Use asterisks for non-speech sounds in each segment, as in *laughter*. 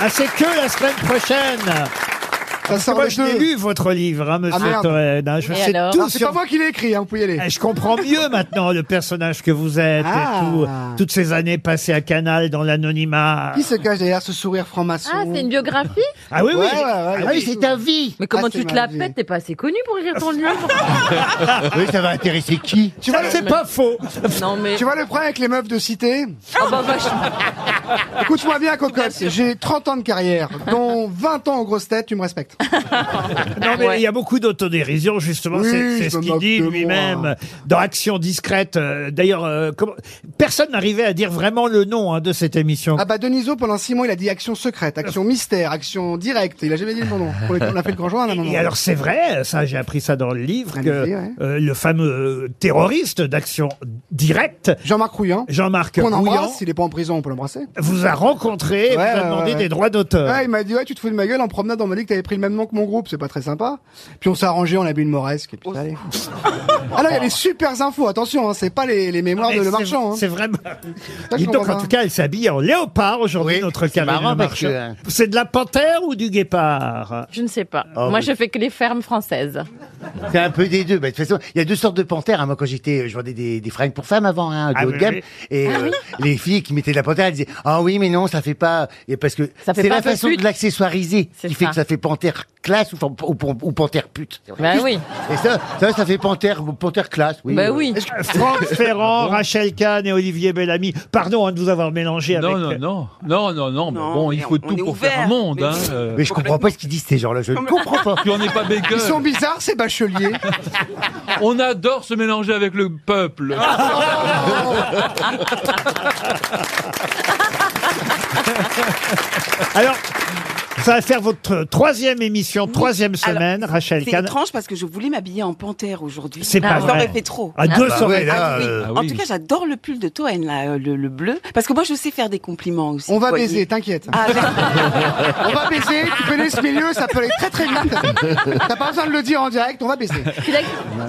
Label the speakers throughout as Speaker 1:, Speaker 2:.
Speaker 1: Ah, c'est que la semaine prochaine parce que
Speaker 2: sort
Speaker 1: moi,
Speaker 2: les
Speaker 1: je l'ai
Speaker 2: deux. Ah,
Speaker 1: lu, votre livre, hein, monsieur
Speaker 2: merde.
Speaker 1: Toen, hein, je
Speaker 3: Et
Speaker 1: sais
Speaker 3: alors
Speaker 1: tout
Speaker 2: Non, c'est
Speaker 1: sur-
Speaker 2: pas moi qui l'ai écrit, hein, vous pouvez y aller.
Speaker 1: Eh, Je comprends mieux *laughs* maintenant le personnage que vous êtes
Speaker 2: Ah.
Speaker 1: et tout, toutes ces années passées à Canal dans l'anonymat.
Speaker 2: Qui se cache derrière ce sourire franc-maçon
Speaker 3: Ah, c'est une biographie
Speaker 1: Ah oui, oui.
Speaker 2: Ouais, ouais, ouais,
Speaker 1: Ah
Speaker 2: ouais.
Speaker 1: oui,
Speaker 2: Oui,
Speaker 1: c'est-
Speaker 2: ta
Speaker 4: vie
Speaker 3: *laughs* Mais comment
Speaker 2: Ah,
Speaker 3: tu
Speaker 2: c'est
Speaker 3: te la
Speaker 2: ma vie.
Speaker 3: pètes T'es pas assez connu pour écrire ton livre
Speaker 4: Oui, ça va intéresser qui
Speaker 2: Tu vois,
Speaker 1: Ah, c'est pas faux.
Speaker 3: Non mais...
Speaker 2: Tu vois le problème avec les meufs de cité
Speaker 3: Ah bah vachement.
Speaker 2: Écoute-moi bien, cocotte. J'ai 30 ans de carrière, dont 20 ans en grosse tête, tu me respectes.
Speaker 1: Non, mais
Speaker 3: Ah, Ouais.
Speaker 1: il y a beaucoup d'autodérision, justement.
Speaker 2: Oui,
Speaker 1: c'est
Speaker 2: je
Speaker 1: c'est ce
Speaker 2: me
Speaker 1: qu'il
Speaker 2: moque
Speaker 1: dit
Speaker 2: de moi.
Speaker 1: lui-même dans Action discrète. Euh, D'ailleurs, euh, comment- personne n'arrivait à dire vraiment le nom hein, de cette émission.
Speaker 2: Ah bah, Deniso, pendant 6 mois, il a dit action secrète, action mystère, action directe. Il a jamais dit le bon nom. On l'a- on l'a fait le grand journal à un moment.
Speaker 1: Et alors c'est vrai, ça j'ai appris ça dans le livre, que
Speaker 2: Allez-y, ouais.
Speaker 1: euh, le fameux euh, terroriste d'action directe,
Speaker 2: Jean-Marc Rouillant,
Speaker 1: Jean-Marc
Speaker 2: qu'on
Speaker 1: Rouillant,
Speaker 2: embrasse, s'il est pas en prison, on peut l'embrasser.
Speaker 1: vous a rencontré et
Speaker 2: Ouais,
Speaker 1: vous a
Speaker 2: ouais,
Speaker 1: demandé
Speaker 2: ouais.
Speaker 1: des droits d'auteur.
Speaker 2: Ouais, Ah, il m'a dit, ouais, tu te fous de ma gueule en promenade, on m'a dit que t'avais pris le même nom que mon groupe, c'est pas très sympa. Puis on s'est arrangé, on a bu une moresque, et puis ça allait. Ah là, il y a des super infos, attention, hein, c'est pas les, les mémoires
Speaker 1: Ah, Mais
Speaker 2: de Le
Speaker 1: c'est-
Speaker 2: Marchand. hein.
Speaker 1: C'est vraiment.
Speaker 2: je
Speaker 1: Dis donc,
Speaker 2: comprends
Speaker 1: en
Speaker 2: pas.
Speaker 1: tout cas, elle s'habille en léopard aujourd'hui,
Speaker 4: Oui,
Speaker 1: notre
Speaker 4: c'est
Speaker 1: Caroline
Speaker 4: marrant
Speaker 1: Le
Speaker 4: parce que- euh,
Speaker 1: Marchand. C'est de la panthère ou du guépard
Speaker 3: Je ne sais pas.
Speaker 4: Ah
Speaker 3: Moi,
Speaker 4: oui.
Speaker 3: je fais que les fermes françaises.
Speaker 4: C'est un peu des deux. Bah, de toute façon, il y a deux sortes de panthères. hein. Moi, quand j'étais, je vendais des, des fringues pour femmes avant, hein, de
Speaker 1: Ah
Speaker 4: haut de
Speaker 1: oui,
Speaker 4: gamme.
Speaker 1: oui.
Speaker 4: Et euh, les filles qui mettaient de la panthère, elles disaient Ah oui, mais non, ça fait pas. Et parce que
Speaker 3: Ça fait
Speaker 4: c'est
Speaker 3: pas
Speaker 4: la
Speaker 3: un peu
Speaker 4: façon
Speaker 3: pute.
Speaker 4: de l'accessoiriser
Speaker 3: C'est
Speaker 4: qui fait
Speaker 3: ça.
Speaker 4: que ça fait panthère classe ou, fan- ou, pan- ou panthère pute.
Speaker 3: Bah oui.
Speaker 4: Et ça, ça, ça fait panthère, panthère classe. Oui.
Speaker 3: Bah oui.
Speaker 2: Oh,
Speaker 1: Franck Ferrand, Rachel Kahn et Olivier Bellamy. Pardon hein, de vous avoir mélangé
Speaker 5: Non,
Speaker 1: avec. euh,
Speaker 5: non, non, non, non, non, mais
Speaker 6: Non,
Speaker 5: bon, il
Speaker 6: mais
Speaker 5: faut
Speaker 6: on-
Speaker 5: tout
Speaker 6: on est
Speaker 5: pour faire un
Speaker 6: ouvert,
Speaker 5: monde.
Speaker 6: mais
Speaker 5: Hein,
Speaker 6: oui.
Speaker 5: euh.
Speaker 4: Mais je comprends pas ce qu'ils disent ces gens-là. Je ne comprends
Speaker 3: *laughs*
Speaker 4: pas.
Speaker 5: Puis on n'est pas
Speaker 2: Ils sont
Speaker 5: bacon.
Speaker 2: bizarres, ces bacheliers.
Speaker 5: On adore se mélanger avec le peuple.
Speaker 1: Alors, ça va faire votre troisième émission, troisième
Speaker 6: alors,
Speaker 1: semaine, Rachel
Speaker 6: C'est
Speaker 1: Kahn.
Speaker 6: étrange parce que je voulais m'habiller en panthère aujourd'hui.
Speaker 1: C'est pas
Speaker 6: Ah,
Speaker 1: vrai.
Speaker 6: J'en fait trop.
Speaker 1: À deux
Speaker 4: Bah
Speaker 1: sur
Speaker 4: ouais, là,
Speaker 6: Ah oui.
Speaker 4: euh,
Speaker 5: Ah
Speaker 6: En
Speaker 5: oui.
Speaker 6: tout cas, j'adore le pull de Toen, là, euh, le, le bleu. Parce que moi, je sais faire des compliments aussi.
Speaker 2: On va
Speaker 6: Vous
Speaker 2: baiser,
Speaker 6: voyez.
Speaker 2: t'inquiète.
Speaker 6: Ah, j'ai-
Speaker 2: On va baiser, tu connais ce milieu, ça peut aller très très vite. T'as pas besoin de le dire en direct, on va baiser.
Speaker 3: Tu l'as-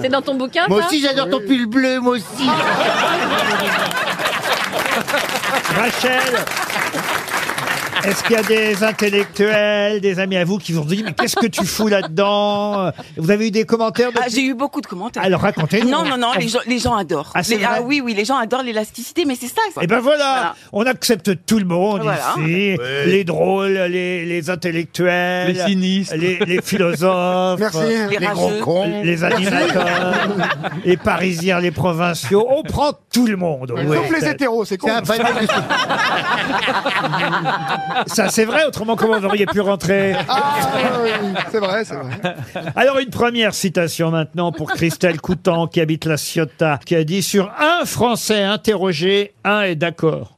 Speaker 3: C'est dans ton bouquin,
Speaker 4: Moi
Speaker 3: ça Ah,
Speaker 4: aussi, j'adore ton pull bleu, moi aussi.
Speaker 1: Rachel est-ce qu'il y a des intellectuels, des amis à vous qui vous ont dit mais qu'est-ce que tu fous là-dedans Vous avez eu des commentaires de...
Speaker 6: ah, j'ai eu beaucoup de commentaires.
Speaker 1: Alors racontez.
Speaker 6: non, non, non, les gens, les gens adorent.
Speaker 1: Ah, c'est
Speaker 6: Les-
Speaker 1: vrai
Speaker 6: oui, oui, les gens adorent l'élasticité, mais c'est ça. ça.
Speaker 1: Et ben voilà,
Speaker 6: Voilà.
Speaker 1: on accepte tout le monde
Speaker 6: Voilà.
Speaker 1: ici, les drôles, les, les intellectuels,
Speaker 5: Les sinistres.
Speaker 1: les, les philosophes,
Speaker 2: Merci.
Speaker 1: euh,
Speaker 6: Les
Speaker 4: Les gros
Speaker 6: rageux.
Speaker 4: cons.
Speaker 1: les animateurs, les parisiens, les provinciaux, on prend tout le monde. au
Speaker 2: Sauf
Speaker 1: West
Speaker 2: les
Speaker 1: End.
Speaker 2: hétéros, c'est con.
Speaker 4: C'est un panel de-
Speaker 1: Ça c'est vrai, autrement comment vous auriez pu rentrer
Speaker 2: Ah, oui, c'est vrai, c'est vrai.
Speaker 1: Alors une première citation maintenant pour Christelle Coutan qui habite la Ciotat, qui a dit sur un Français interrogé, un est d'accord.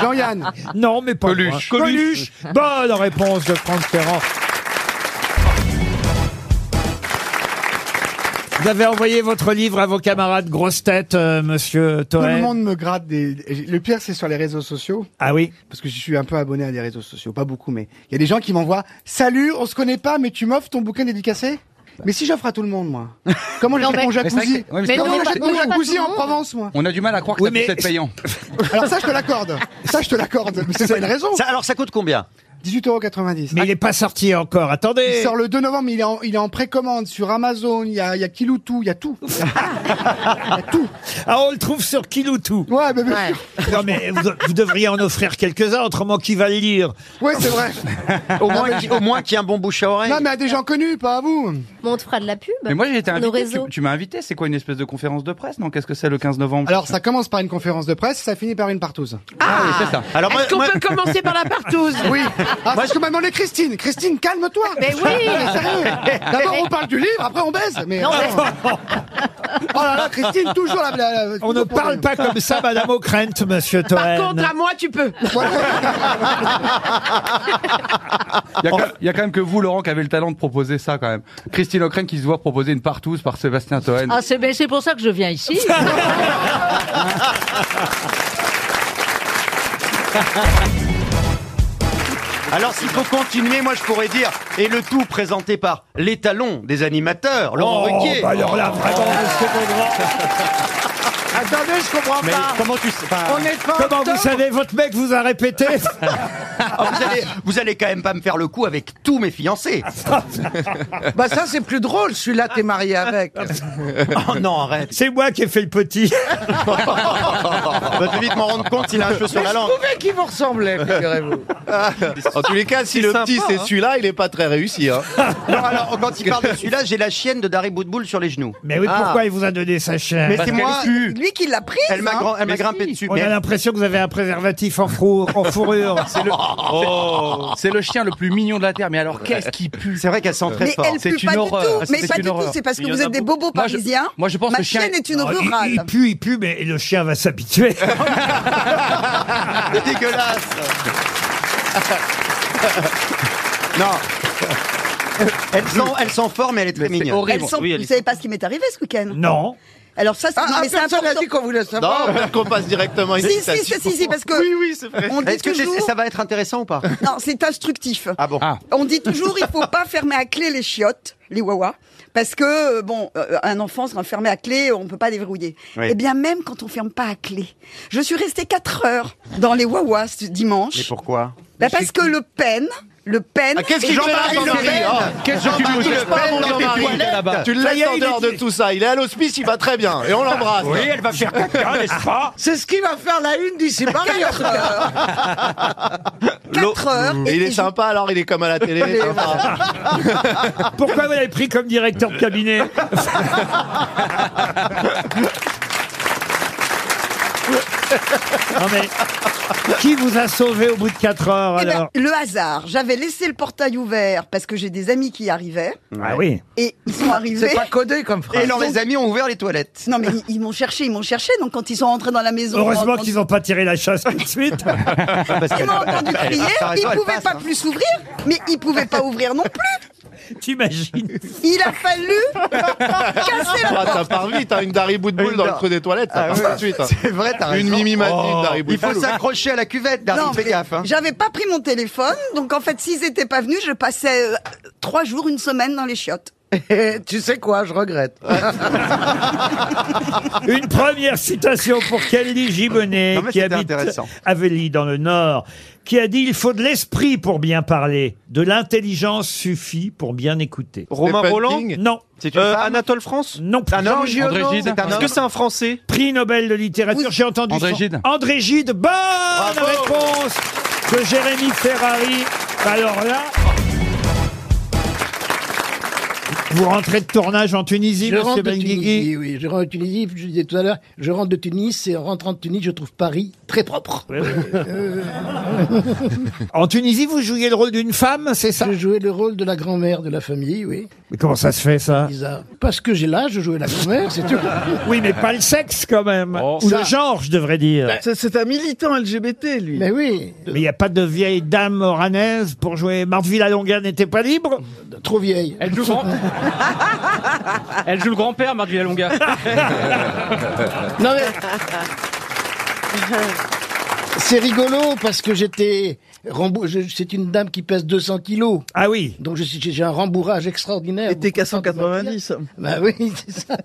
Speaker 2: Jean-Yann,
Speaker 1: Non, mais pas
Speaker 5: Coluche.
Speaker 1: moi. Coluche. Bonne réponse de Franck Ferrand. Vous avez envoyé votre livre à vos camarades grosses têtes, euh, monsieur
Speaker 2: tout le
Speaker 1: Toel.
Speaker 2: monde me gratte des. Le pire, c'est sur les réseaux sociaux,
Speaker 1: Ah oui.
Speaker 2: parce que je suis un peu abonné à des réseaux sociaux, pas beaucoup, mais il y a des gens qui m'envoient Salut, on se connaît pas, mais tu m'offres ton bouquin dédicacé mais si j'offre à tout le monde, moi. Comment
Speaker 3: Non,
Speaker 2: j'achète mon
Speaker 3: mais-
Speaker 2: jacuzzi
Speaker 7: Ouais, mais
Speaker 3: Mais
Speaker 7: c'est-
Speaker 3: non,
Speaker 2: Comment
Speaker 3: pas-
Speaker 2: j'achète
Speaker 3: non,
Speaker 2: mon
Speaker 3: pas tout le
Speaker 2: jacuzzi en
Speaker 3: monde.
Speaker 2: Provence, moi
Speaker 7: on a du mal à croire que
Speaker 1: Oui,
Speaker 7: ça puisse
Speaker 1: mais-
Speaker 7: être payant.
Speaker 2: Alors ça, je te l'accorde. Ça, je te l'accorde. Mais c'est pas une raison.
Speaker 8: Ça- alors ça coûte combien
Speaker 2: 18,90€.
Speaker 1: Mais il n'est pas sorti encore. Attendez.
Speaker 2: Ah, Il sort le 2 novembre, mais il est en, il est en précommande sur Amazon, il y a, il y a Kiloutou, il y a tout. Il y a tout.
Speaker 1: Ah, on le trouve sur Kiloutou.
Speaker 2: Ouais, mais, mais-
Speaker 3: Ouais.
Speaker 1: Non, mais vous, vous devriez en offrir quelques-uns, autrement qui va le lire
Speaker 2: ouais, c'est vrai.
Speaker 8: Au moins, qu'il- au moins qu'il y ait un bon bouche à oreille.
Speaker 2: Non, mais à des gens connus, pas à vous.
Speaker 9: Bon, on te fera de la pub.
Speaker 7: Mais moi j'ai été
Speaker 9: Nos
Speaker 7: invité. Tu,
Speaker 9: réseaux.
Speaker 7: tu m'as invité. C'est quoi une espèce de conférence de presse Non, qu'est-ce que c'est le 15 novembre
Speaker 2: Alors, ça commence par une conférence de presse, ça finit par une partouze.
Speaker 7: ah, oui, c'est ça.
Speaker 8: Alors moi,
Speaker 6: Est-ce qu'on
Speaker 8: moi-
Speaker 6: peut commencer par la partouze
Speaker 2: Oui. Ah, c'est ce que m'a demandé Christine. Christine, calme-toi. Mais oui. sérieux. D'abord, on parle du livre, après, on baise. Mais. euh, *laughs* Oh là là, Christine, toujours la. la- la-
Speaker 1: On ne parle pas comme ça, Madame O'Krent, monsieur Toen.
Speaker 6: Par contre, à moi, tu peux.
Speaker 7: Il y, a quand- il y a quand même que vous, Laurent, qui avez le talent de proposer ça quand même. Christine O'Crane qui se voit proposer une partouze par Sébastien Toen.
Speaker 10: Ah, c'est ben, c'est pour ça que je viens ici.
Speaker 3: Ah,
Speaker 8: alors s'il faut continuer, moi je pourrais dire et le tout présenté par l'étalon des animateurs, Laurent
Speaker 1: Oh,
Speaker 8: Ruquier.
Speaker 1: bah alors là, vraiment, monsieur Beaugrand.
Speaker 2: Attendez, je comprends
Speaker 6: Mais
Speaker 2: pas.
Speaker 6: comment tu sais enfin,
Speaker 2: On est pas
Speaker 1: euh, Comment vous savez Votre mec vous a répété
Speaker 6: ah, vous, allez, vous allez quand même pas me faire le coup avec tous mes fiancés.
Speaker 2: Bah ça c'est plus drôle, celui-là t'es marié avec.
Speaker 6: Oh non, arrête.
Speaker 1: C'est moi qui ai fait le petit.
Speaker 6: On va très vite m'en rendre compte, il a un cheveu
Speaker 5: bah,
Speaker 6: sur la langue.
Speaker 2: trouvais qu'il vous ressemblait, figurez-vous.
Speaker 11: En tous les cas, si le petit c'est celui-là, il est pas très réussi. Hein.
Speaker 6: hein. *laughs* Non, alors, quand il parle de celui-là, j'ai la chienne de Dari Boudboul sur les genoux.
Speaker 1: Mais oui, pourquoi il vous a donné sa chair
Speaker 6: Mais c'est moi,
Speaker 2: Lui qui l'a pris.
Speaker 6: elle
Speaker 7: hein.
Speaker 6: m'a gran- elle m'a grimpé dessus.
Speaker 1: On
Speaker 6: Mais
Speaker 1: a l'impression que vous avez un préservatif en, frou- en fourrure.
Speaker 12: C'est le chien le plus mignon de la terre, mais alors qu'est-ce qu'il pue
Speaker 6: c'est vrai qu'elle sent très
Speaker 13: Mais
Speaker 6: fort.
Speaker 13: elle
Speaker 12: C'est
Speaker 13: pue
Speaker 12: une
Speaker 13: pas
Speaker 12: horreur.
Speaker 13: du tout. Mais
Speaker 12: C'est
Speaker 13: pas
Speaker 12: une
Speaker 13: du tout.
Speaker 12: horreur.
Speaker 13: C'est parce que
Speaker 11: Il y
Speaker 13: vous
Speaker 11: en a
Speaker 13: êtes des bobos
Speaker 12: Moi, je-
Speaker 13: parisiens.
Speaker 12: moi, je pense
Speaker 13: Ma
Speaker 12: que chien-
Speaker 13: chienne est une
Speaker 1: Oh, il-
Speaker 13: rurale.
Speaker 1: il, pue, il pue, mais le chien va s'habituer.
Speaker 6: C'est
Speaker 11: *laughs*
Speaker 6: dégueulasse. non. Elle sent, elle sent fort, mais elle est très mignonne.
Speaker 13: Elles sont- Vous savez pas ce qui m'est arrivé ce week-end
Speaker 1: non.
Speaker 13: Alors ça, c'est
Speaker 2: Ah,
Speaker 13: non, mais c'est
Speaker 2: personne n'a
Speaker 13: important.
Speaker 2: dit qu'on voulait savoir.
Speaker 11: Non, peut-être qu'on passe directement ici.
Speaker 13: Si, si, si, si, si, parce que on dit
Speaker 6: Est-ce que c'est-
Speaker 13: toujours.
Speaker 6: ça va être intéressant ou pas
Speaker 13: Non, c'est instructif.
Speaker 6: Ah bon
Speaker 12: Ah.
Speaker 13: On dit toujours, il faut pas fermer à clé les chiottes, les wawas, parce que euh, bon, euh, un enfant sera fermé à clé, on peut pas déverrouiller.
Speaker 6: Oui.
Speaker 13: Eh bien, même quand on ferme pas à clé, je suis restée 4 heures dans les wawas ce
Speaker 6: Mais
Speaker 13: dimanche,
Speaker 6: pourquoi
Speaker 13: Bah, parce que le pen, le pen.
Speaker 11: Ah, Qu'est-ce qu'il fait là,
Speaker 13: Jean-Marie
Speaker 11: ton
Speaker 13: Le
Speaker 11: mari
Speaker 13: Pen-
Speaker 6: Ah,
Speaker 11: Oh,
Speaker 12: Qu'est-ce que tu
Speaker 11: tu
Speaker 12: lui
Speaker 11: le
Speaker 12: fais
Speaker 11: parles,
Speaker 12: Dans
Speaker 11: mon
Speaker 12: tes
Speaker 11: Jean-Marie.
Speaker 12: toilettes, là-bas.
Speaker 11: Tu le
Speaker 1: Ça y est,
Speaker 11: laisses en
Speaker 1: il
Speaker 11: dehors
Speaker 1: est-
Speaker 11: de tout ça. Il est à l'hospice, il va très bien. Et on l'embrasse.
Speaker 6: Oui, elle va faire caca, n'est-ce pas
Speaker 2: C'est ce qui va faire la une d'ici Paris. en tout cas.
Speaker 13: 4 heures.
Speaker 11: Et il est
Speaker 13: je-
Speaker 11: sympa, alors il est comme à la télé. sympa.
Speaker 1: Pourquoi vous l'avez pris comme directeur de
Speaker 6: *laughs*
Speaker 1: cabinet Non mais, qui vous a sauvé au bout de 4 heures
Speaker 13: Eh ben,
Speaker 1: alors
Speaker 13: le hasard. J'avais laissé le portail ouvert parce que j'ai des amis qui y arrivaient
Speaker 1: Ah oui.
Speaker 13: et ils sont arrivés.
Speaker 2: C'est pas codé comme phrase.
Speaker 6: Et leurs les amis ont ouvert les toilettes.
Speaker 13: Non mais ils, ils m'ont cherché, ils m'ont cherché. Donc quand ils sont rentrés dans la maison,
Speaker 1: Heureusement
Speaker 13: quand-
Speaker 1: qu'ils n'ont pas tiré la chasse tout de suite.
Speaker 13: ils m'ont entendu
Speaker 6: Elle-
Speaker 13: crier.
Speaker 6: t'as raison,
Speaker 13: Ils
Speaker 6: elle
Speaker 13: pouvaient
Speaker 6: passe,
Speaker 13: pas
Speaker 6: hein.
Speaker 13: plus s'ouvrir, mais ils pouvaient pas ouvrir non plus.
Speaker 1: T'imagines
Speaker 13: Il
Speaker 2: *laughs*
Speaker 13: a fallu casser la
Speaker 11: Ah, ça part vite, hein, une Dari Boudboul dans le creux des toilettes, ça part tout de suite. hein.
Speaker 6: C'est vrai, t'as raison.
Speaker 11: Une mimimatique Dari
Speaker 6: Il faut
Speaker 11: Boudboul.
Speaker 6: s'accrocher à la cuvette, Dari,
Speaker 13: Non,
Speaker 6: fais
Speaker 13: mais
Speaker 6: gaffe. hein.
Speaker 13: J'avais pas pris mon téléphone, donc en fait, s'ils étaient pas venus, je passais euh, trois jours, une semaine dans les chiottes.
Speaker 2: Et tu sais quoi, je regrette.
Speaker 1: Une première citation pour Kelly Gibonnet,
Speaker 6: Non, mais
Speaker 1: qui
Speaker 6: c'était
Speaker 1: habite
Speaker 6: intéressant.
Speaker 1: Avely dans le Nord, qui a dit Il faut de l'esprit pour bien parler, de l'intelligence suffit pour bien écouter.
Speaker 5: Oh.
Speaker 11: Romain Roland euh,
Speaker 1: Non,
Speaker 6: C'est une femme.
Speaker 11: Anatole France
Speaker 1: non.
Speaker 6: Un homme,
Speaker 12: André Gide.
Speaker 6: c'est un homme.
Speaker 11: c'est un Français
Speaker 1: Prix Nobel de littérature, j'ai entendu
Speaker 12: André
Speaker 1: son-
Speaker 12: Gide.
Speaker 1: André Gide, bonne réponse de Jérémy Ferrari. Alors là. Vous rentrez de tournage en Tunisie,
Speaker 5: Je rentre
Speaker 1: monsieur
Speaker 5: de
Speaker 1: Benguigui
Speaker 5: Tunisie, oui, je rentre de Tunisie, je disais tout à l'heure, je rentre de Tunis et en rentrant de Tunis, je trouve Paris très propre.
Speaker 1: En Tunisie, vous jouiez le rôle d'une femme, c'est ça
Speaker 5: Je jouais le rôle de la grand-mère de la famille, oui,
Speaker 1: Mais comment ça se fait, ça
Speaker 5: bizarre. Parce que j'ai l'âge, je jouais la grand-mère, c'est tout.
Speaker 1: Oui, mais pas le sexe quand même.
Speaker 12: Oh.
Speaker 1: Ou le genre, je devrais dire.
Speaker 5: Ben,
Speaker 2: C'est un militant LGBT, lui.
Speaker 5: Mais oui, de-
Speaker 1: Mais il n'y a pas de vieille dame oranaise pour jouer. Marthe Villalonga n'était pas libre
Speaker 5: de- trop vieille.
Speaker 14: Elle joue, grand... *laughs* Elle joue le grand-père, Marc Villalonga.
Speaker 5: Non mais... C'est rigolo parce que j'étais... rembou- je- C'est une dame qui pèse 200 kilos.
Speaker 1: Ah oui.
Speaker 5: Donc je suis- j'ai j'ai un rembourrage extraordinaire.
Speaker 2: Et t'es qu'à
Speaker 5: Beaucoup de choses à dire.
Speaker 2: 190.
Speaker 5: Bah oui, *laughs* c'est ça.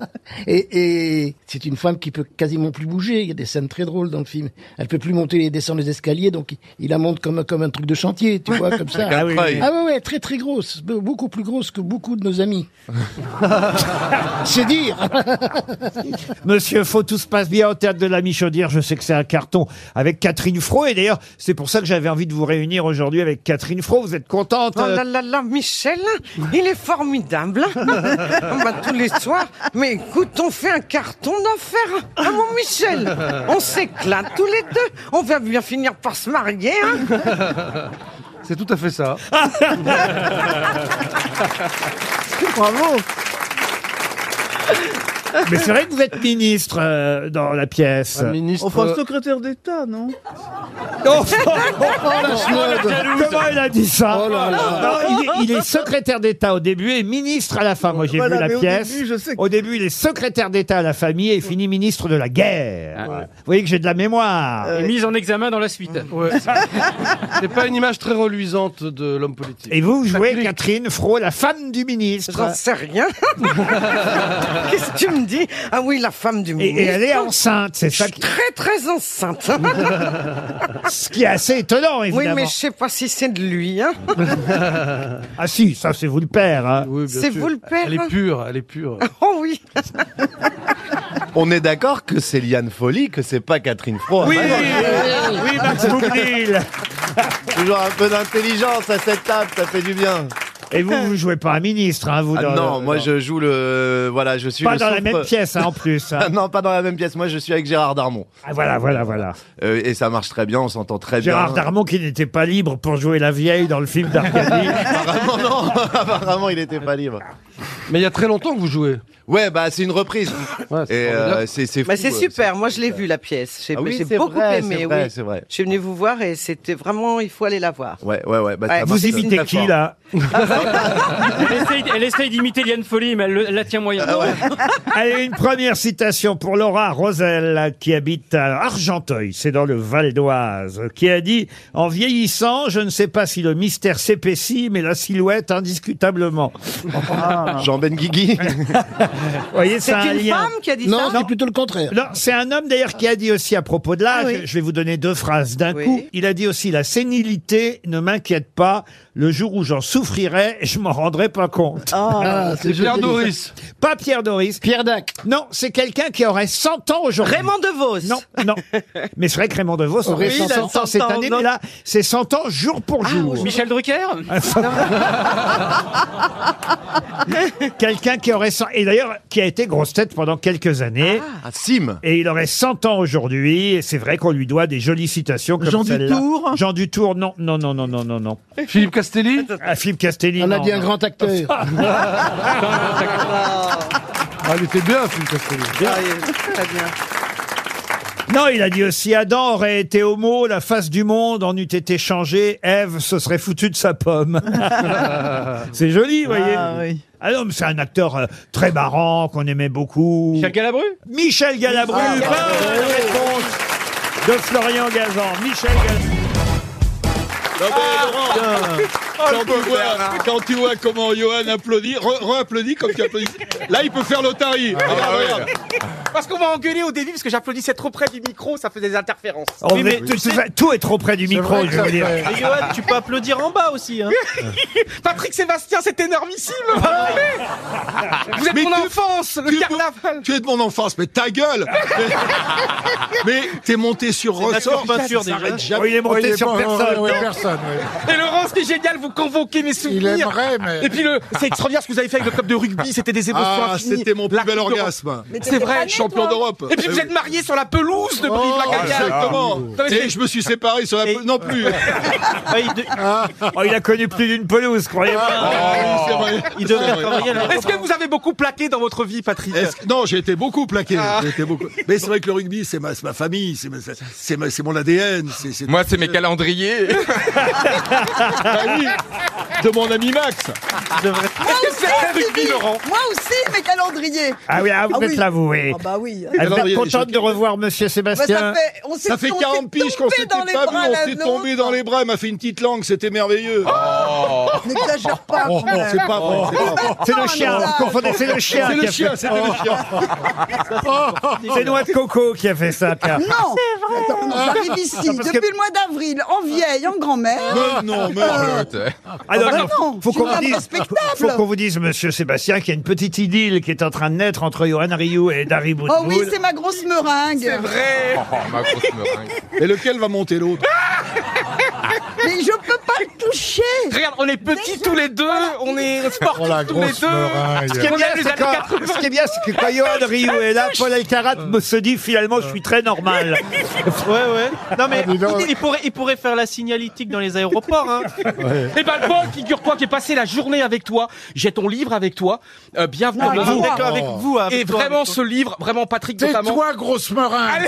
Speaker 5: Et, et c'est une femme qui peut quasiment plus bouger. Il y a des scènes très drôles dans le film. Elle peut plus monter et descendre les escaliers, donc il, il la monte comme un- comme un truc de
Speaker 2: *laughs*
Speaker 5: chantier, tu vois, comme ça.
Speaker 1: Ah oui, oui.
Speaker 5: Ah ouais, ouais, très très grosse, be- beaucoup plus grosse que beaucoup de
Speaker 2: *laughs*
Speaker 5: nos amis. c'est dire.
Speaker 1: Monsieur Faux, tout se passe bien au théâtre de la Michaudière. Je sais que c'est un carton avec Catherine Fro. Et d'ailleurs, c'est pour ça que j'avais envie de vous réunir aujourd'hui avec Catherine Fro. Vous êtes contente
Speaker 2: Oh
Speaker 1: euh,
Speaker 2: là là là, Michel, il est formidable. On va tous les soirs. Mais écoute, on fait un carton d'enfer. Ah mon Michel, on s'éclate tous les deux. On va bien finir par se marier. hein.
Speaker 12: C'est tout à fait ça.
Speaker 2: Bravo.
Speaker 1: Mais c'est vrai que vous êtes ministre euh, dans la pièce.
Speaker 2: Ah,
Speaker 12: ministre.
Speaker 9: euh,
Speaker 2: secrétaire d'État, non *laughs*
Speaker 1: Oh, oh, oh, Comment il a dit ça
Speaker 2: Oh
Speaker 1: Non, il, est, il est secrétaire d'État au début et ministre à la fin. Moi, j'ai
Speaker 2: Voilà,
Speaker 1: vu
Speaker 2: mais
Speaker 1: la
Speaker 2: au
Speaker 1: pièce.
Speaker 2: début, je sais que-
Speaker 1: Au début, il est secrétaire d'État à la famille et finit ministre de la
Speaker 9: Ah,
Speaker 1: guerre. Vous voyez que j'ai de la mémoire.
Speaker 9: Euh,
Speaker 14: Et mise en examen dans la suite.
Speaker 12: C'est pas une image très reluisante de l'homme politique.
Speaker 1: Et vous jouez Catherine Fro, la femme du ministre. *laughs*
Speaker 2: J'en sais rien. Qu'est-ce que tu me me dit, ah oui, la femme du ministre.
Speaker 1: et elle est enceinte, c'est ça
Speaker 2: Je suis très, très enceinte.
Speaker 1: Ce qui est assez étonnant, évidemment.
Speaker 2: Oui, mais je sais pas si c'est de lui. hein.
Speaker 1: ah si, ça c'est vous le père. hein.
Speaker 2: C'est sûr. vous le père. Elle est
Speaker 9: pure, elle est pure.
Speaker 2: oh oui.
Speaker 9: On est d'accord que c'est Liane Folly, que c'est pas Catherine Froid. Ah,
Speaker 1: Oui, oui, Max Boublil.
Speaker 9: Toujours un peu d'intelligence à cette table, ça fait du bien.
Speaker 1: Et vous, vous jouez pas un ministre, hein, vous
Speaker 9: Ah
Speaker 1: dans-
Speaker 9: non, moi
Speaker 1: dans-
Speaker 9: je joue le. Voilà, je suis.
Speaker 1: Pas
Speaker 9: le
Speaker 1: dans la
Speaker 9: souffre-
Speaker 1: même pièce, hein, en
Speaker 9: *laughs*
Speaker 1: plus. hein.
Speaker 9: Ah non, pas dans la même pièce. Moi, je suis avec Gérard Darmon.
Speaker 1: Ah, voilà, voilà, voilà.
Speaker 9: Euh, et ça marche très bien, on s'entend très
Speaker 1: Gérard
Speaker 9: Eh bien.
Speaker 1: Darmon qui n'était pas libre pour jouer la vieille dans le film d'Arcadie.
Speaker 9: Ah, Apparemment, non. *laughs* Apparemment, il était pas libre.
Speaker 8: Mais il y a très longtemps que vous jouez.
Speaker 9: Ouais, bah c'est une reprise. et euh, c'est c'est fou.
Speaker 2: Bah, c'est
Speaker 9: euh,
Speaker 2: super, moi je l'ai vu la pièce. J'ai
Speaker 9: Ah oui,
Speaker 2: j'ai
Speaker 9: c'est
Speaker 2: beaucoup
Speaker 9: vrai,
Speaker 2: aimé.
Speaker 9: c'est vrai,
Speaker 2: oui.
Speaker 9: c'est vrai.
Speaker 2: Je suis venu vous voir et c'était vraiment, il faut aller la voir.
Speaker 9: Ouais, ouais, ouais. bah, ça
Speaker 2: Ouais.
Speaker 9: marche
Speaker 1: Vous
Speaker 9: très
Speaker 1: imitez qui,
Speaker 9: fort.
Speaker 1: là
Speaker 14: Elle essaye, elle essaye d'imiter Liane Folly, mais elle, le- elle la tient moyen.
Speaker 1: Allez, une première citation pour Laura Rosel, qui habite à Argenteuil, c'est dans le Val d'Oise, qui a dit « En vieillissant, je ne sais pas si le mystère s'épaissit, mais la silhouette indiscutablement.
Speaker 9: Jean Benguigui.
Speaker 1: Vous voyez,
Speaker 2: C'est
Speaker 1: ça a un
Speaker 2: une
Speaker 1: lien.
Speaker 2: femme qui a dit
Speaker 15: Non,
Speaker 2: ça
Speaker 15: c'est plutôt le contraire.
Speaker 1: Non, c'est un homme d'ailleurs qui a dit aussi à propos de l'âge,
Speaker 2: Ah oui.
Speaker 1: je vais vous donner deux phrases d'un
Speaker 2: Oui.
Speaker 1: coup, il a dit aussi la sénilité ne m'inquiète pas, le jour où j'en souffrirai, je m'en rendrai pas compte.
Speaker 2: Oh.
Speaker 15: Ah,
Speaker 7: C'est Pierre
Speaker 15: joli.
Speaker 7: Doris.
Speaker 1: Pas Pierre Doris.
Speaker 15: Pierre Dac.
Speaker 1: Non, c'est quelqu'un qui aurait 100 ans aujourd'hui.
Speaker 2: Raymond DeVos.
Speaker 1: Non, *laughs* non. Mais c'est vrai que Raymond DeVos aurait
Speaker 15: Aurait
Speaker 1: 100,
Speaker 15: 100
Speaker 1: ans Ah, cette année, mais là, c'est 100 ans jour pour jour. *laughs*
Speaker 14: Michel Drucker
Speaker 1: Quelqu'un qui aurait 100... Et d'ailleurs, qui a été grosse tête pendant quelques années.
Speaker 9: Ah, Sim.
Speaker 1: Et il aurait 100 ans aujourd'hui, et c'est vrai qu'on lui doit des jolies citations comme
Speaker 15: Jean
Speaker 1: celle-là.
Speaker 15: Dutour
Speaker 1: Jean Dutour, non, non, non, non, non, non, non.
Speaker 7: Philippe Castelli.
Speaker 12: *laughs*
Speaker 1: Ah, Philippe Castelli,
Speaker 15: On a
Speaker 1: non,
Speaker 15: dit un
Speaker 1: non.
Speaker 15: grand acteur.
Speaker 7: Ah, il était bien, Philippe Castelli.
Speaker 2: Ah, oui, très bien.
Speaker 1: Non, il a dit aussi Adam aurait été homo, la face du monde en eût été changée, Ève se serait foutue de sa
Speaker 14: *laughs*
Speaker 1: pomme. c'est joli, vous voyez. Ah, non, mais c'est un acteur euh, très marrant, qu'on aimait beaucoup.
Speaker 14: Michel Galabru Ah,
Speaker 1: Michel Galabru, bonne réponse de Florian Gazan. Michel Galabru.
Speaker 5: Non, mais Laurent, quand, tu vois, quand tu vois comment Johan applaudit, re- re-applaudit comme tu applaudis, là il peut faire l'otarie.
Speaker 7: Ah.
Speaker 5: Regarde, regarde.
Speaker 12: Parce qu'on m'a engueulé au début parce que j'applaudissais trop près du micro, ça faisait des interférences.
Speaker 1: On est- tout, tout est trop près du micro, je veux dire.
Speaker 12: Et Johan, tu peux applaudir en bas aussi. Patrick Sébastien, c'est énormissime. Vous êtes
Speaker 5: Mais
Speaker 12: mon
Speaker 5: tu-
Speaker 12: enfance, le
Speaker 5: tu es mon-
Speaker 12: carnaval.
Speaker 5: Tu es de mon enfance, mais ta gueule
Speaker 9: *laughs*
Speaker 5: Mais- Mais t'es monté sur ressort.
Speaker 12: la curvature,
Speaker 5: ça
Speaker 12: déjà.
Speaker 5: s'arrête jamais.
Speaker 1: Oh, il est monté sur personne.
Speaker 12: Et Laurent, c'était génial, vous convoquez mes souvenirs. Et puis le, c'est extraordinaire ce que vous avez fait avec le club de rugby, c'était des émotions
Speaker 5: Ah,
Speaker 12: infinies.
Speaker 5: c'était mon plus
Speaker 12: La
Speaker 5: bel
Speaker 12: Coupe d'Europe.
Speaker 5: orgasme.
Speaker 12: C'est vrai.
Speaker 3: Ah,
Speaker 5: Champion d'Europe.
Speaker 12: Et puis vous êtes mariés sur la pelouse de
Speaker 7: Oh,
Speaker 12: Brive-la-Gaillarde.
Speaker 5: Exactement.
Speaker 12: Non, mais
Speaker 5: Ah, Et je me suis séparé sur la
Speaker 12: Et-
Speaker 5: pe- non plus.
Speaker 1: Oh, il a connu plus d'une pelouse, croyez-moi.
Speaker 5: Ah, c'est vrai.
Speaker 12: Il
Speaker 5: devrait travailler
Speaker 12: Est-ce que vous avez beaucoup plaqué dans votre vie,
Speaker 5: *laughs*
Speaker 12: Patrick
Speaker 5: Est-ce que- Non, j'ai été beaucoup plaqué. j'ai été beaucoup- Mais c'est vrai que le rugby, c'est ma, c'est ma famille, c'est ma- c'est ma- c'est mon ADN. c'est- c'est-
Speaker 16: Moi, c'est mes calendriers.
Speaker 5: Ah oui, de mon ami Max.
Speaker 12: Est-ce que c'est très rugby, Laurent
Speaker 13: Moi aussi, mes calendriers.
Speaker 1: Ah oui, ah, vous
Speaker 13: Ah
Speaker 1: êtes
Speaker 13: oui.
Speaker 1: l'avoué.
Speaker 13: Ah bah oui.
Speaker 1: Elle va être
Speaker 5: Calendrier,
Speaker 1: contente
Speaker 5: je-
Speaker 1: de revoir Monsieur
Speaker 13: Bah,
Speaker 1: Sébastien.
Speaker 13: ça fait, on s'est-
Speaker 5: Ça fait
Speaker 13: on s'est
Speaker 5: 40 piges qu'on
Speaker 13: tombé
Speaker 5: s'était
Speaker 13: dans les
Speaker 5: pas vu,
Speaker 13: bras
Speaker 5: on
Speaker 13: l'un
Speaker 5: s'est
Speaker 13: de
Speaker 5: tombé
Speaker 13: l'autre.
Speaker 5: dans les bras, elle m'a fait une petite langue, c'était merveilleux.
Speaker 13: *laughs* N'exagère pas. quand même.
Speaker 5: Oh, c'est pas vrai, c'est pas vrai.
Speaker 1: C'est le chien,
Speaker 13: oh.
Speaker 1: vous
Speaker 13: non, non.
Speaker 1: confondez, c'est le chien.
Speaker 5: C'est
Speaker 1: qui
Speaker 5: le
Speaker 1: a
Speaker 5: chien,
Speaker 1: fait- Oh.
Speaker 5: c'était le chien.
Speaker 1: C'est Noix de Coco qui a fait ça. car-
Speaker 13: Non, Attends, on arrive ici
Speaker 1: Ah. parce que-
Speaker 13: depuis le mois d'avril, en vieille, en grand-mère. Euh,
Speaker 5: Mais non, mais non.
Speaker 1: Alors,
Speaker 13: bah
Speaker 1: non,
Speaker 13: non,
Speaker 1: faut
Speaker 13: je
Speaker 1: qu'on
Speaker 13: suis
Speaker 1: vous dise,
Speaker 13: introspectable.
Speaker 1: faut qu'on vous dise, Monsieur Sébastien, qu'il y a une petite idylle qui est en train de naître entre Johan Rioux et Dari
Speaker 13: Oh
Speaker 1: Boudboul.
Speaker 13: oui, c'est ma grosse meringue.
Speaker 12: C'est vrai.
Speaker 16: ma grosse meringue.
Speaker 5: Et lequel va monter l'autre
Speaker 13: Mais je peux pas le toucher.
Speaker 12: Regarde, on est petits tous les deux, on est
Speaker 5: Oh,
Speaker 12: sportifs
Speaker 7: Oh,
Speaker 12: tous les deux.
Speaker 7: hein.
Speaker 1: Ce qui est
Speaker 12: On
Speaker 1: bien,
Speaker 12: aime les
Speaker 1: c'est
Speaker 12: années
Speaker 1: quand-
Speaker 12: 80.
Speaker 1: ce qui est bien, c'est que quand Johan Rioux est là, Paul Alcarat me se dit finalement, je suis très normal.
Speaker 12: Ouais, ouais. Non,
Speaker 1: Ah,
Speaker 12: mais il, pourrait, il pourrait faire la signalétique dans les aéroports.
Speaker 1: *laughs*
Speaker 12: Hein. Et ben, le Paul qui dure quoi, qui est passé la journée avec toi, j'ai ton livre avec toi, euh, bienvenue
Speaker 1: Ah,
Speaker 13: Non,
Speaker 12: avec
Speaker 13: avec
Speaker 12: vous.
Speaker 13: moi. D'accord,
Speaker 12: avec vous Et vraiment, ce livre, vraiment, Patrick, notamment. toi grosse meringue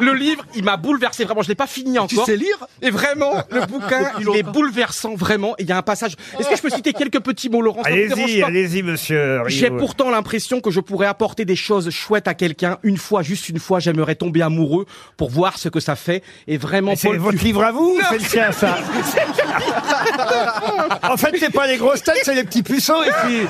Speaker 12: Le livre, il m'a bouleversé, vraiment, je l'ai pas fini encore.
Speaker 5: Tu sais lire
Speaker 1: *laughs*
Speaker 12: Et vraiment, le bouquin, il est bouleversant vraiment. Et Il y a un passage. Est-ce que je peux citer quelques petits mots, Laurent ça vous dérange
Speaker 1: Allez-y,
Speaker 12: pas
Speaker 1: allez-y, monsieur.
Speaker 12: J'ai
Speaker 1: Rioux.
Speaker 12: pourtant l'impression que je pourrais apporter des choses chouettes à quelqu'un. Une fois, juste une fois, j'aimerais tomber amoureux pour voir ce que ça fait. Et vraiment,
Speaker 1: C'est votre livre à vous ou c'est le sien, ça
Speaker 12: *laughs*
Speaker 1: En fait, c'est pas les grosses têtes, c'est les petits puceaux et puis.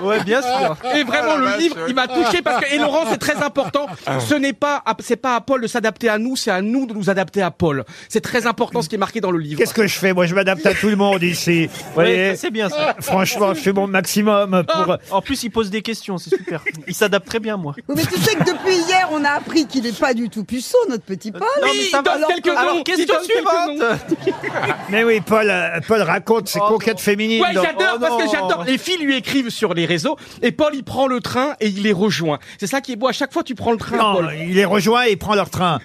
Speaker 12: Ouais, bien sûr. Et vraiment,
Speaker 1: Ah, la
Speaker 12: le
Speaker 1: vache.
Speaker 12: livre, il m'a touché parce que, et Laurent, c'est très important.
Speaker 16: Ah.
Speaker 12: Ce n'est pas, à- c'est pas à Paul de s'adapter à nous, c'est à nous de nous adapter à Paul. C'est très important ce qui est marqué dans le livre.
Speaker 1: Qu'est-ce que je fais Moi, je m'adapte à tout le monde ici. Vous voyez
Speaker 12: ça, c'est bien, ça. Ah.
Speaker 1: Franchement, je fais mon maximum pour.
Speaker 12: En plus, il pose des questions, c'est super. Il s'adapte très bien, moi.
Speaker 13: Oui, mais tu sais que depuis hier, on a appris qu'il n'est pas du tout puceau, notre petit Paul.
Speaker 12: non, mais ça va,
Speaker 13: Alors-
Speaker 12: quelques
Speaker 13: alors,
Speaker 12: noms, il
Speaker 13: question
Speaker 12: donne quelques
Speaker 13: suivante.
Speaker 1: Mais oui, Paul, euh, Paul raconte ses conquêtes féminines.
Speaker 12: Oh, Ouais,
Speaker 1: dans-
Speaker 12: j'adore
Speaker 1: Oh,
Speaker 12: parce que
Speaker 1: non.
Speaker 12: j'adore. Les filles lui écrivent sur les réseaux et Paul il prend le train et il les rejoint. C'est ça qui est beau. À chaque fois, tu prends le train.
Speaker 1: Non,
Speaker 12: Paul.
Speaker 1: il les rejoint et il prend leur train.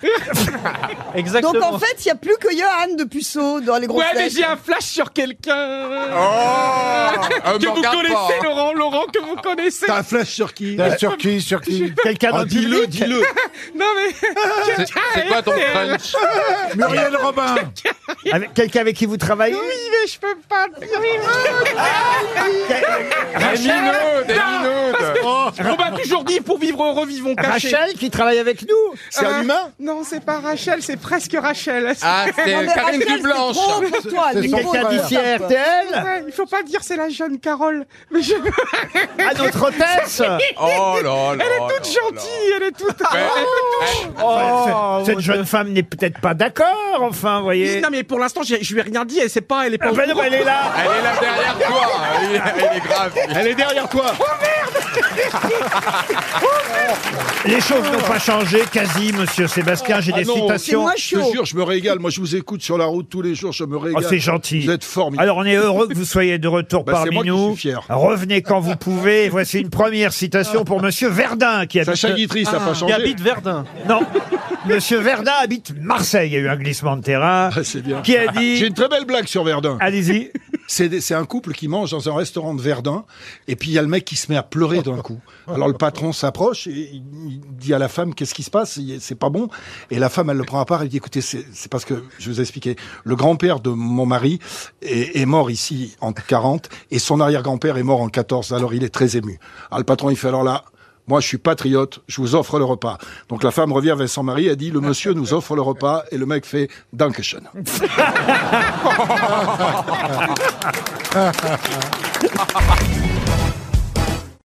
Speaker 12: Exactement.
Speaker 13: Donc en fait, il n'y a plus que Johan de puceau dans les grosses
Speaker 12: Ouais, mais
Speaker 13: têtes.
Speaker 12: j'ai un flash sur quelqu'un.
Speaker 16: Oh,
Speaker 5: Oh.
Speaker 16: euh,
Speaker 12: que
Speaker 16: me
Speaker 12: vous
Speaker 16: regarde
Speaker 12: connaissez,
Speaker 16: pas, hein.
Speaker 12: Laurent, Laurent, que vous connaissez.
Speaker 16: T'as un flash sur qui
Speaker 12: T'as un
Speaker 16: Sur qui Sur qui
Speaker 1: Quelqu'un
Speaker 5: Ah,
Speaker 16: dans le Oh, Dis-le, dis-le.
Speaker 12: non mais.
Speaker 16: C'est- *laughs* c'est quoi ton crunch
Speaker 1: Muriel Robin. Avec quelqu'un avec qui vous travaillez
Speaker 12: Oui, mais je peux pas. le dire.
Speaker 1: Des minaudes, des
Speaker 12: Non,
Speaker 1: minaudes.
Speaker 12: parce que
Speaker 1: Oh.
Speaker 12: On m'a toujours dit pour vivre heureux, vivons cachés.
Speaker 1: Rachel qui travaille avec nous.
Speaker 12: Euh, Non, c'est pas Rachel, c'est presque Rachel.
Speaker 1: Ah, c'est
Speaker 12: *laughs* Non, mais
Speaker 1: Karine
Speaker 12: Rachel,
Speaker 1: Dublanche.
Speaker 12: c'est trop pour toi,
Speaker 1: C'est
Speaker 12: Nico.
Speaker 1: son frère. Quelqu'un d'ici à RTL
Speaker 12: Ouais, Il faut pas dire c'est la jeune Carole. Mais je...
Speaker 1: Ah, notre hôtesse.
Speaker 12: *laughs*
Speaker 16: Oh là là
Speaker 12: Elle est toute
Speaker 16: là
Speaker 12: gentille, elle est toute...
Speaker 16: Mais-
Speaker 5: Oh,
Speaker 1: Enfin, c'est- cette jeune femme n'est peut-être pas d'accord, enfin, vous voyez.
Speaker 12: Non mais pour l'instant, j'ai- je lui ai rien dit, elle sait pas, elle est pas...
Speaker 1: Ah
Speaker 12: au
Speaker 1: ben non,
Speaker 12: courant.
Speaker 1: elle est là.
Speaker 16: Elle est là derrière toi. Elle est, elle est grave.
Speaker 5: Elle est derrière toi.
Speaker 1: Les choses n'ont pas changé, quasi, monsieur Sébastien. J'ai
Speaker 5: Ah
Speaker 1: des
Speaker 5: non,
Speaker 1: citations.
Speaker 5: Je te jure, je me régale. Moi, je vous écoute sur la route tous les jours. Je me
Speaker 1: Oh,
Speaker 5: régale.
Speaker 1: c'est gentil.
Speaker 5: Vous êtes formidable.
Speaker 1: Alors, on est heureux que vous soyez de retour
Speaker 5: *laughs* Bah, c'est
Speaker 1: parmi
Speaker 5: moi qui
Speaker 1: nous.
Speaker 5: suis fier.
Speaker 1: Revenez quand vous
Speaker 5: *laughs*
Speaker 1: pouvez. Voici une première citation pour monsieur Verdun qui habite.
Speaker 5: Sacha Guitry, ça a pas Ah, changé. il habite
Speaker 12: Verdun.
Speaker 1: Non. Monsieur Verdun habite Marseille. Il y a eu un glissement de
Speaker 5: *laughs*
Speaker 1: terrain.
Speaker 5: Ah, C'est bien.
Speaker 1: Qui a dit-
Speaker 5: J'ai une très belle blague sur Verdun.
Speaker 1: Allez-y.
Speaker 5: C'est des- c'est un couple qui mange dans un restaurant de Verdun, et puis il y a le mec qui se met à pleurer d'un coup. Alors le patron s'approche et il il dit à la femme qu'est-ce qui se passe, Il- c'est pas bon. Et la femme elle le prend à part et dit écoutez c'est c'est parce que je vais vous expliquer. Le grand-père de mon mari est, est mort ici en 40 et son arrière-grand-père est mort en 14. Alors il est très ému. Alors le patron il fait alors là. Moi, je suis patriote, je vous offre le repas. Donc la femme revient vers son mari, elle dit, le monsieur nous offre le repas, et le mec fait, Dankeschön.